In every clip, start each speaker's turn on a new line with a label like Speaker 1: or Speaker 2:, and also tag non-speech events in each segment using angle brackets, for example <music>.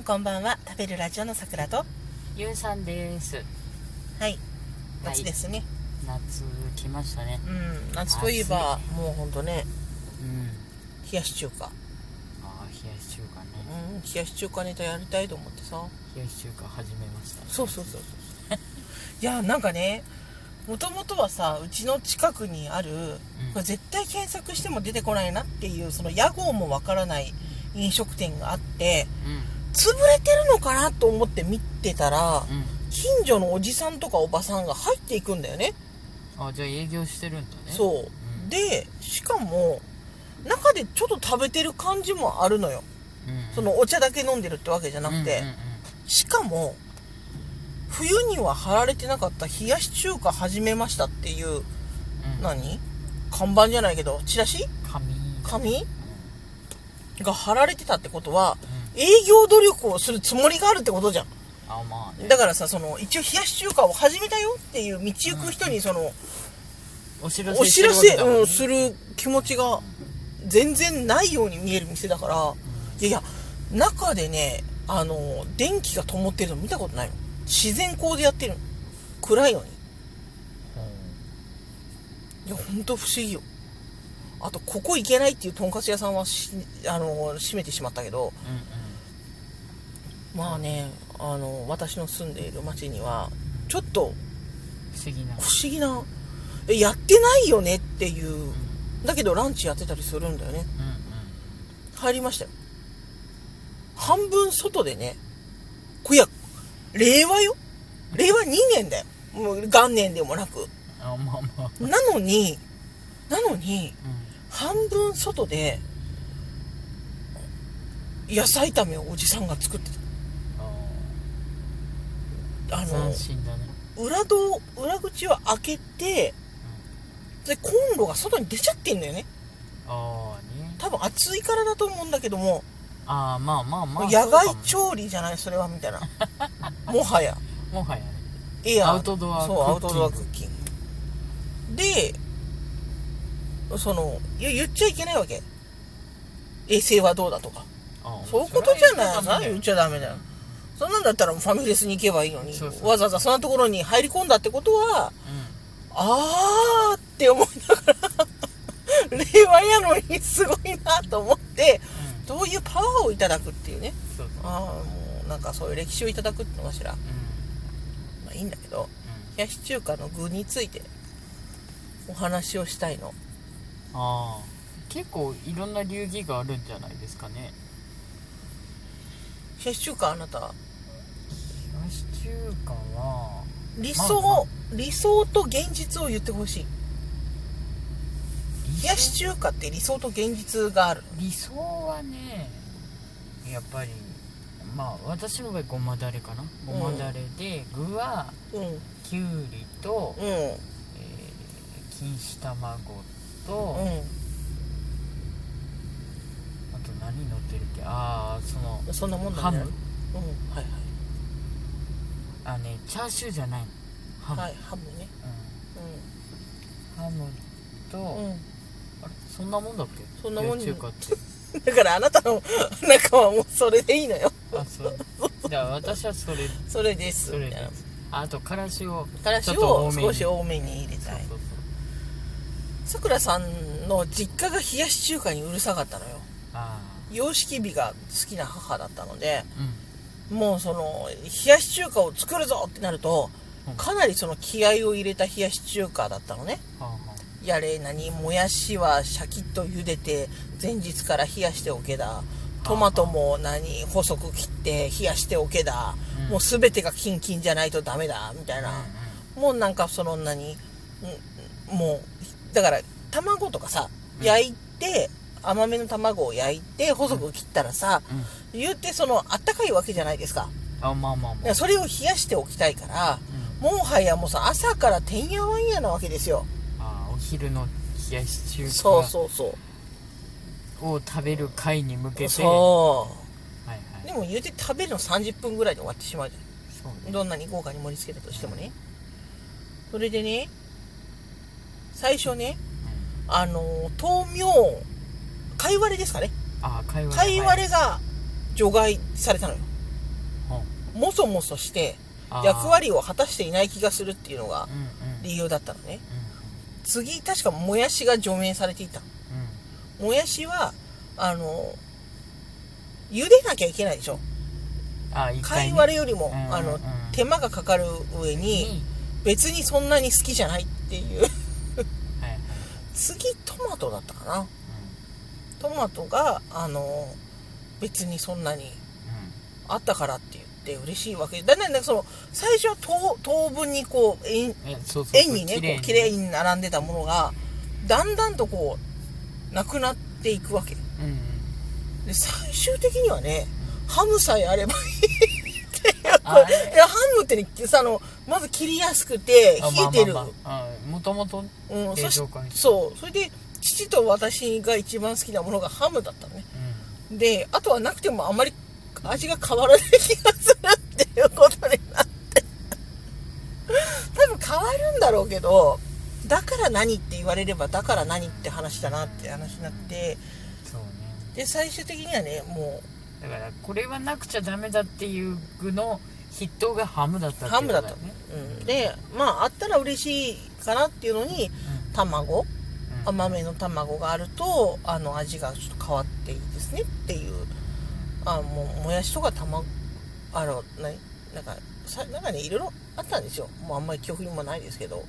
Speaker 1: んこんばんは食べるラジオのさくらと
Speaker 2: ゆうさんです
Speaker 1: はい夏ですね、
Speaker 2: 夏来ましたね
Speaker 1: うん夏といえばもうほんとね
Speaker 2: うん
Speaker 1: 冷やし中華
Speaker 2: ああ冷やし中華ね
Speaker 1: うん冷やし中華ネタやりたいと思ってさ
Speaker 2: 冷やし中華始めました
Speaker 1: そうそうそうそう <laughs> いやなんかねもともとはさうちの近くにあるこれ絶対検索しても出てこないなっていうその屋号もわからない飲食店があって
Speaker 2: う
Speaker 1: 潰れてるのかなと思って見てたら
Speaker 2: んうん
Speaker 1: 近所のおじさんとかおばさんが入っていくんだよね
Speaker 2: あじゃあ営業してるんだねう
Speaker 1: そう、
Speaker 2: ん
Speaker 1: でしかも中でちょっと食べてる感じもあるのよ
Speaker 2: うん
Speaker 1: そのお茶だけ飲んでるってわけじゃなくて、
Speaker 2: うんうんうん
Speaker 1: しかも冬には貼られてなかった冷やし中華始めましたっていう
Speaker 2: うん
Speaker 1: 何看板じゃないけどチラシ
Speaker 2: 紙
Speaker 1: 紙
Speaker 2: うん
Speaker 1: が貼られてたってことは
Speaker 2: うん
Speaker 1: 営業努力をするつもりがあるってことじゃん
Speaker 2: あまあね
Speaker 1: だからさその一応冷やし中華を始めたよっていう道行く人にその
Speaker 2: お知らせ
Speaker 1: お
Speaker 2: し
Speaker 1: 知
Speaker 2: て
Speaker 1: ら
Speaker 2: るわけ
Speaker 1: せ
Speaker 2: だもんね
Speaker 1: うんする気持ちが全然ないように見える店だからいやいや中でねあの電気が灯ってるの見たことないの自然光でやってるの暗いのに
Speaker 2: うん
Speaker 1: いやほんと不思議よあとここ行けないっていうとんかつ屋さんはしあの閉めてしまったけど
Speaker 2: うんうん
Speaker 1: まあねあの私の住んでいる町にはちょっと
Speaker 2: 不思議な
Speaker 1: 不思議なえやってないよねっていう
Speaker 2: うん
Speaker 1: だけどランチやってたりするんだよね
Speaker 2: うん
Speaker 1: 入りましたよ半分外でねこいや令和よ令和2年だよもう元年でもなく
Speaker 2: うんあまあまあ
Speaker 1: なのになのに
Speaker 2: う
Speaker 1: 半分外で野菜炒めをおじさんが作ってたあ
Speaker 2: んあー
Speaker 1: の
Speaker 2: 斬新だね
Speaker 1: 裏戸裏口を開けてでコンロが外に出ちゃってんだよね
Speaker 2: ああね
Speaker 1: 多分暑いからだと思うんだけども
Speaker 2: ああまあまあまあ
Speaker 1: 野
Speaker 2: そうか
Speaker 1: 外
Speaker 2: も
Speaker 1: 調理じゃないそれはみたいなもはや
Speaker 2: もはやね
Speaker 1: エアー
Speaker 2: アウトドア
Speaker 1: そうアウ
Speaker 2: ク
Speaker 1: ト
Speaker 2: ッキング
Speaker 1: ドアクッキングでそのいや言っちゃいけないわけ衛生はどうだとか
Speaker 2: ああ
Speaker 1: そういうことじゃない
Speaker 2: それは
Speaker 1: 言っちゃダメだよそんなんだったらもうファミレスに行けばいいのに
Speaker 2: そうそう
Speaker 1: わざわざそんなところに入り込んだってことは
Speaker 2: う
Speaker 1: あーって思いながら <laughs> 令和やのにすごいなと思って
Speaker 2: んうん
Speaker 1: どういうパワーをいただくっていうね
Speaker 2: そうそう
Speaker 1: ああもうなんかそういう歴史をいただくってのかしらまあいいんだけど
Speaker 2: うん
Speaker 1: 冷やし中華の具についてお話をしたいの
Speaker 2: ああ結構いろんな流儀があるんじゃないですかね
Speaker 1: 冷やし中華あなた
Speaker 2: 冷やし中華は
Speaker 1: 理
Speaker 2: まあまあ
Speaker 1: 想理想と現実を言ってほしい冷やし中華って理想と現実がある
Speaker 2: 理想はねやっぱりまあ私の場合ごまだれかなごまだれで、具は
Speaker 1: うんうん
Speaker 2: きゅうりと、え
Speaker 1: うん
Speaker 2: ー、錦糸卵と、あと何乗ってるっけああその
Speaker 1: そんなもんだ
Speaker 2: ハ
Speaker 1: ね
Speaker 2: ム
Speaker 1: うんはい
Speaker 2: あねチャーシューじゃないのハム、
Speaker 1: はいはいハムね
Speaker 2: うん、ハムと、
Speaker 1: うん、う
Speaker 2: あれそんなもんだっけ
Speaker 1: そんなもん
Speaker 2: 冷やし中華って
Speaker 1: ん、だからあなたの <laughs> 中はもうそれでいいのよ
Speaker 2: あそう <laughs> じゃあ私はそれ
Speaker 1: それです
Speaker 2: それ
Speaker 1: み
Speaker 2: で
Speaker 1: たいな
Speaker 2: あとからしを
Speaker 1: からし
Speaker 2: ちょっと
Speaker 1: を
Speaker 2: 多めに
Speaker 1: 少し多めに入れたい
Speaker 2: そうそうそう
Speaker 1: さくらさんの実家が冷やし中華にうるさかったのよ
Speaker 2: あ
Speaker 1: 様式美が好きな母だったので
Speaker 2: あうん
Speaker 1: もうその冷やし中華を作るぞってなると
Speaker 2: うん
Speaker 1: かなりその気合を入れた冷やし中華だったのね
Speaker 2: はあは
Speaker 1: やれ何もやしはシャキッと茹でて前日から冷やしておけだトマトも何細く切って冷やしておけだ
Speaker 2: うん
Speaker 1: もう全てがキンキンじゃないとダメだみたい
Speaker 2: あ
Speaker 1: なもうなんかその何うんもうだから卵とかさ
Speaker 2: うん
Speaker 1: 焼いて甘めの卵を焼いて細く切ったらさ
Speaker 2: うんうん
Speaker 1: 言ってそのあったかいわけじゃないですか
Speaker 2: あまあま
Speaker 1: だ
Speaker 2: あま
Speaker 1: か
Speaker 2: あ
Speaker 1: らそれを冷やしておきたいから
Speaker 2: うん
Speaker 1: もはやもうさ朝からてんやわんやなわけですよ
Speaker 2: あーお昼の冷やし中
Speaker 1: そう
Speaker 2: 華
Speaker 1: そうそう
Speaker 2: を食べる会に向けて
Speaker 1: そ
Speaker 2: はいうは
Speaker 1: で
Speaker 2: い
Speaker 1: も言うて食べるの30分ぐらいで終わってしまうじ
Speaker 2: そう
Speaker 1: ゃん
Speaker 2: ね
Speaker 1: どんなに豪華に盛り付けたとしてもねそれでね最初ね
Speaker 2: うん
Speaker 1: あの豆苗貝割れですかね
Speaker 2: ああ会話
Speaker 1: 貝割れが除外されたのよもそもそして
Speaker 2: あー
Speaker 1: 役割を果たしていない気がするっていうのが
Speaker 2: うんうんうん
Speaker 1: 理由だったのね次確かもやしが除名されていたもやしはあの茹でなきゃいけないでしょ
Speaker 2: うんあ一
Speaker 1: 貝
Speaker 2: 回ね
Speaker 1: 割れよりも、
Speaker 2: うん
Speaker 1: あの
Speaker 2: うん
Speaker 1: 手間がかかる上に
Speaker 2: に
Speaker 1: 別にそんなに好きじゃないっていう <laughs>
Speaker 2: はいはい
Speaker 1: 次トマトだったかなトマトがあの別にそんなにあったからって言って嬉しいわけだんだんねその最初は等等分にこう円
Speaker 2: うんうんえそうそうそう
Speaker 1: 円にねこう綺
Speaker 2: 綺
Speaker 1: 麗
Speaker 2: 麗
Speaker 1: に並んでたものがだんだんとこうなくなっていくわけ
Speaker 2: うんうん
Speaker 1: で最終的にはねハムさえあればいいっていう
Speaker 2: あ
Speaker 1: いやハムってねさあのまず切りやすくて
Speaker 2: あ
Speaker 1: 冷えてる、
Speaker 2: まあまあまあうんもともと
Speaker 1: うん、
Speaker 2: 冷
Speaker 1: そし
Speaker 2: 蔵庫に
Speaker 1: そうそれで父と私が一番好きなものがハムだったのね
Speaker 2: う
Speaker 1: であとはなくてもあまり味が変わらない気がするっていうことになって <laughs> 多分変わるんだろうけどだから何って言われればだから何って話だなって話になって
Speaker 2: んそうね
Speaker 1: で最終的にはねも
Speaker 2: だからこれはなくちゃダメだっていう具の筆頭がハムだった
Speaker 1: う
Speaker 2: って
Speaker 1: ハ
Speaker 2: いう
Speaker 1: ム
Speaker 2: こ
Speaker 1: だ
Speaker 2: と
Speaker 1: ったの
Speaker 2: よ
Speaker 1: ね
Speaker 2: ね、
Speaker 1: うん、でまああったら嬉しいかなっていうのに卵
Speaker 2: うん
Speaker 1: 甘めの卵があるとあの味がちょっと変わっていいですねっていうあもうもやしとか卵あの何なんかさなんかねいろいろあったんですよもうあんまり記憶にもないですけど、ね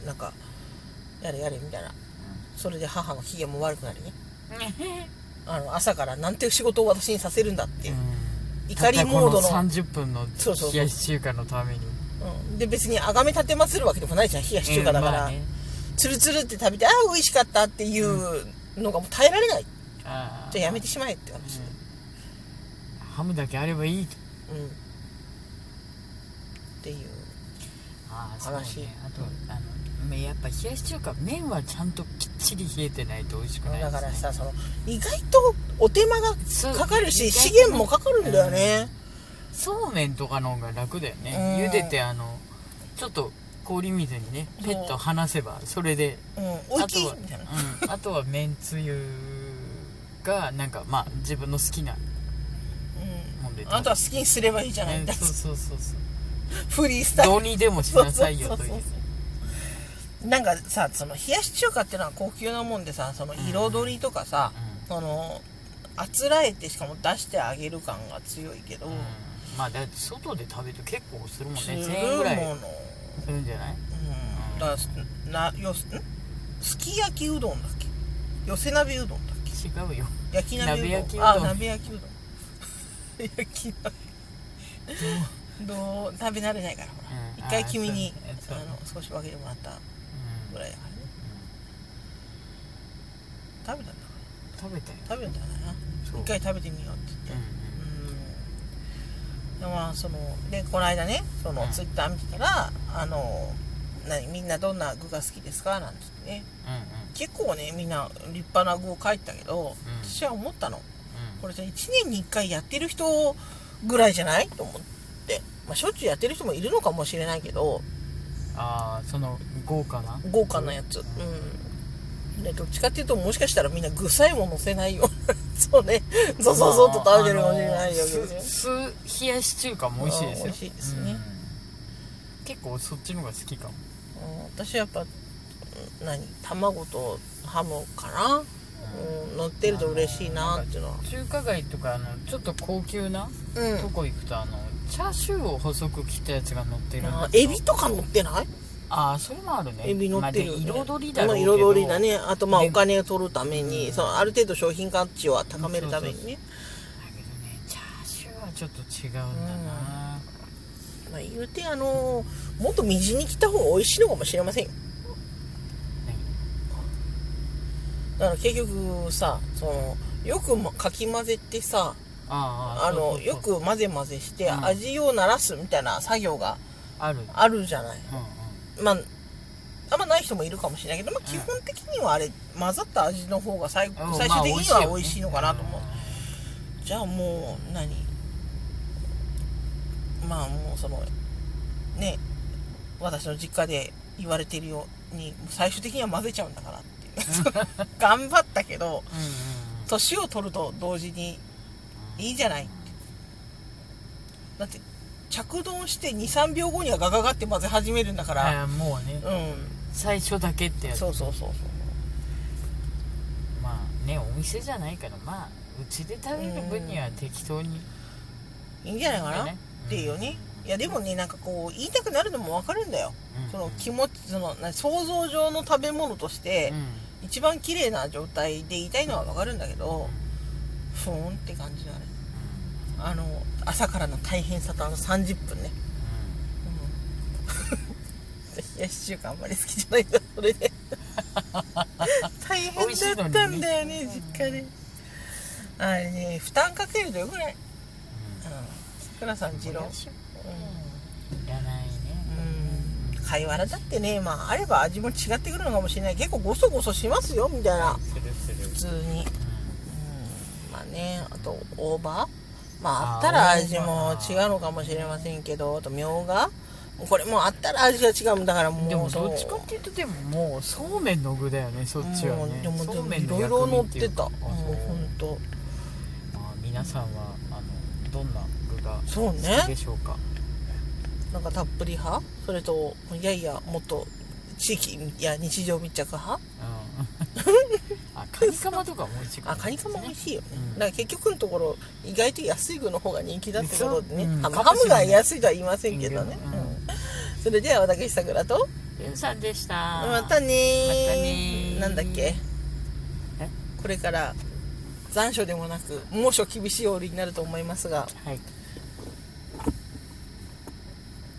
Speaker 2: うん、
Speaker 1: なんかやれやれみたいな
Speaker 2: う
Speaker 1: それで母の機嫌も悪くなりね
Speaker 2: んうん
Speaker 1: あの朝からなんて仕事を私にさせるんだって、
Speaker 2: うん
Speaker 1: 怒りモードの
Speaker 2: たったこの30分
Speaker 1: そ
Speaker 2: の
Speaker 1: うそうそう
Speaker 2: 冷やし中華のために
Speaker 1: うん、で別にあがめ立てまするわけでもないじゃん冷やし中華だから、
Speaker 2: うんまあね
Speaker 1: ツルツルって食べてああ美味しかったっていうのがもう耐えられない
Speaker 2: あー
Speaker 1: じゃあやめてしまえって話、
Speaker 2: うんハムだけあればいいと
Speaker 1: うん、っていう
Speaker 2: ああそう
Speaker 1: 話
Speaker 2: ねあとあのやっぱ冷やし中華麺はちゃんときっちり冷えてないと美味しくないです、
Speaker 1: だ
Speaker 2: ね、
Speaker 1: からさその意外とお手間が
Speaker 2: そう
Speaker 1: かかる
Speaker 2: 意
Speaker 1: し
Speaker 2: 外
Speaker 1: 資
Speaker 2: と
Speaker 1: 源もかかるんだよね、
Speaker 2: そうめんとかの方が楽だよね
Speaker 1: うん
Speaker 2: 茹でてあのちょっと氷水にね
Speaker 1: そう
Speaker 2: ペット離せばそれで
Speaker 1: うん、おい
Speaker 2: あ
Speaker 1: きい
Speaker 2: とは
Speaker 1: みたいな、
Speaker 2: うん、あとはめんつゆがなんかまあ自分の好きなもんで
Speaker 1: うん、あとは好きにすればいいじゃないん
Speaker 2: ね
Speaker 1: だ、
Speaker 2: そうそうそう
Speaker 1: <laughs>
Speaker 2: そう
Speaker 1: フリースタイル
Speaker 2: どうにでもしなさいよという
Speaker 1: そうそうそうなんかさその冷やし中華ってのは高級なもんでさその彩りとかさ、そのあつらえてしかも出してあげる感が強いけど、
Speaker 2: うんうんまあだって外で食べると結構するもんね
Speaker 1: するも
Speaker 2: 1000円ぐらい
Speaker 1: の、
Speaker 2: するんじゃな
Speaker 1: う
Speaker 2: い
Speaker 1: ん、だからすなよすんすき焼きうどんだっけ寄せ鍋うどんだっけ
Speaker 2: 違うよ
Speaker 1: 焼き鍋うどん
Speaker 2: 鍋焼きうどん
Speaker 1: あ鍋焼きうどん <laughs> 焼き鍋どう食べ慣れないからほら、
Speaker 2: うん
Speaker 1: 一回君に
Speaker 2: あー
Speaker 1: あ
Speaker 2: そうね
Speaker 1: の少し分けてもらった
Speaker 2: うん
Speaker 1: ぐらいだからね食べたんだか
Speaker 2: 食べたよ
Speaker 1: ら食べたんだな
Speaker 2: そう
Speaker 1: 一回食べてみようって
Speaker 2: う
Speaker 1: 言
Speaker 2: ん
Speaker 1: ってうんでまあそのでこの間ねその
Speaker 2: うん
Speaker 1: ツイッター見てたら「あの何みんなどんな具が好きですか?」なんて言ってね
Speaker 2: うんうん
Speaker 1: 結構ねみんな立派な具を書いてたけど、
Speaker 2: うん
Speaker 1: 私は思ったの
Speaker 2: うん
Speaker 1: これじゃ1年に1回やってる人ぐらいじゃないと思って、まあ、しょっちゅうやってる人もいるのかもしれないけど
Speaker 2: ああその豪華な
Speaker 1: 豪華なやつうんでどっちかっていうともしかしたらみんな具さえも乗せないよそうねゾゾゾっと食べてるかもしれないよけど
Speaker 2: まあ
Speaker 1: ね
Speaker 2: あのすす冷やし中華も美味しいです
Speaker 1: うん
Speaker 2: よ
Speaker 1: 美味しいですね
Speaker 2: うん結構そっちの方が好きかも
Speaker 1: うん私はやっぱうん何卵とハムかな、うん、乗ってると嬉しいなっていうのは
Speaker 2: 中華街とかあのちょっと高級な
Speaker 1: うん
Speaker 2: とこ行くとあのチャーシューを細く切ったやつが乗ってるん
Speaker 1: あ
Speaker 2: だけ
Speaker 1: エ
Speaker 2: ど
Speaker 1: ビとか乗ってない
Speaker 2: ああそれもあるね
Speaker 1: エビ乗ってるよね、
Speaker 2: まあで彩りだろうけ
Speaker 1: まあ
Speaker 2: ど
Speaker 1: 彩りだねあとまあ
Speaker 2: で
Speaker 1: お金を取るために、
Speaker 2: うん
Speaker 1: そのある程度商品価値を高めるためにね
Speaker 2: だけどねチャーシューはちょっと違うんだな、
Speaker 1: まあ、言うてあのーもっとみじんに切った方が美味しいのかもしれませんよだから結局さそのよくまかき混ぜてさ
Speaker 2: ああ
Speaker 1: あの
Speaker 2: そうそうそう
Speaker 1: よく混ぜ混ぜして
Speaker 2: うん
Speaker 1: 味を慣らすみたいな作業が
Speaker 2: あるうんうん
Speaker 1: あるじゃないまああんまない人もいるかもしれないけど、まあ、基本的にはあれ混ざった味の方が最
Speaker 2: うん
Speaker 1: 最終的に
Speaker 2: まあ
Speaker 1: は
Speaker 2: よ
Speaker 1: 美
Speaker 2: ね
Speaker 1: 味しいのかなと思う、じゃあもう何まあもうそのね私の実家で言われてるように最終的には混ぜちゃうんだからっていう <laughs> 頑張ったけど
Speaker 2: うんうんうん
Speaker 1: 年を取ると同時にいいじゃないだって着丼して23秒後にはガガガって混ぜ始めるんだから、
Speaker 2: あーもうね、
Speaker 1: う
Speaker 2: 最初だけってや
Speaker 1: ん
Speaker 2: つ
Speaker 1: そうそうそうそう
Speaker 2: まあねお店じゃないからまあうちで食べる分には適当に
Speaker 1: いいんじゃないかな、
Speaker 2: ね
Speaker 1: っていうよねいやでもねなんかこう言いたくなるのもわかるんだよ
Speaker 2: うん
Speaker 1: その気持ちそのな想像上の食べ物として
Speaker 2: うん
Speaker 1: 一番綺麗な状態でいたいのはわかるんだけどふーんって感じだねあの朝からの大変さとあの30分ね、 <laughs> うん、いや1週間あんまり好きじゃないんだそれ
Speaker 2: <laughs>
Speaker 1: で大変だったんだよね
Speaker 2: 美味しいのにね
Speaker 1: 実家であれね負担かけるとよくないうんさくらさん次郎
Speaker 2: うんいらないね
Speaker 1: うん貝殻だってねまああれば味も違ってくるのかもしれない結構ゴソゴソしますよみたいな
Speaker 2: するする
Speaker 1: 普通にうんまあねあと大葉まあ
Speaker 2: あー
Speaker 1: あったら味も違うのかもしれませんけどあとみょうがこれもうあったら味が違うんだからもう
Speaker 2: でも
Speaker 1: そう
Speaker 2: どっちかっていうとでももうそうめんの具だよねそっちは
Speaker 1: も
Speaker 2: ね
Speaker 1: うでもで
Speaker 2: そう
Speaker 1: も
Speaker 2: め
Speaker 1: い
Speaker 2: んの
Speaker 1: ろいろ乗っ
Speaker 2: 薬味
Speaker 1: て
Speaker 2: いう
Speaker 1: た
Speaker 2: か
Speaker 1: うん
Speaker 2: あそう
Speaker 1: ほんと
Speaker 2: まあ皆さんはあのどんな具が
Speaker 1: そう
Speaker 2: 好きで
Speaker 1: ね
Speaker 2: しょうか
Speaker 1: なんかたっぷり派それといやいやもっと地域いや日常密着派 <laughs>
Speaker 2: うんあカニカマとかも美味しいかも
Speaker 1: あカニカマ美味しいよね、
Speaker 2: うん
Speaker 1: だから結局のところ意外と安い具の方が人気だってことでね、
Speaker 2: そううん
Speaker 1: あの
Speaker 2: か
Speaker 1: ハ
Speaker 2: も
Speaker 1: ム
Speaker 2: しれな
Speaker 1: が
Speaker 2: い
Speaker 1: 安いとは言いませんけどね、
Speaker 2: うん
Speaker 1: うんそれでは私さくらと
Speaker 2: ゆうさんでした
Speaker 1: またねー
Speaker 2: またねー
Speaker 1: なんだっけ
Speaker 2: え
Speaker 1: これから残暑でもなく猛暑厳しい折になると思いますが
Speaker 2: はい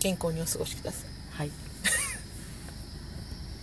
Speaker 1: 健康にお過ごしください
Speaker 2: はい